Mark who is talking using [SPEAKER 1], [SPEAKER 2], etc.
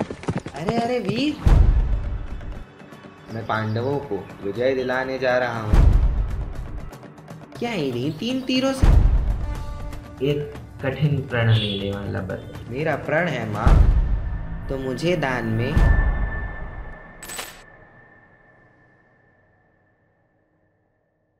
[SPEAKER 1] अरे अरे वीर
[SPEAKER 2] मैं पांडवों को विजय दिलाने जा रहा हूँ
[SPEAKER 1] क्या इन्हीं तीन तीरों से
[SPEAKER 2] एक कठिन प्रण लेने वाला बल मेरा प्रण है माँ
[SPEAKER 1] तो मुझे दान में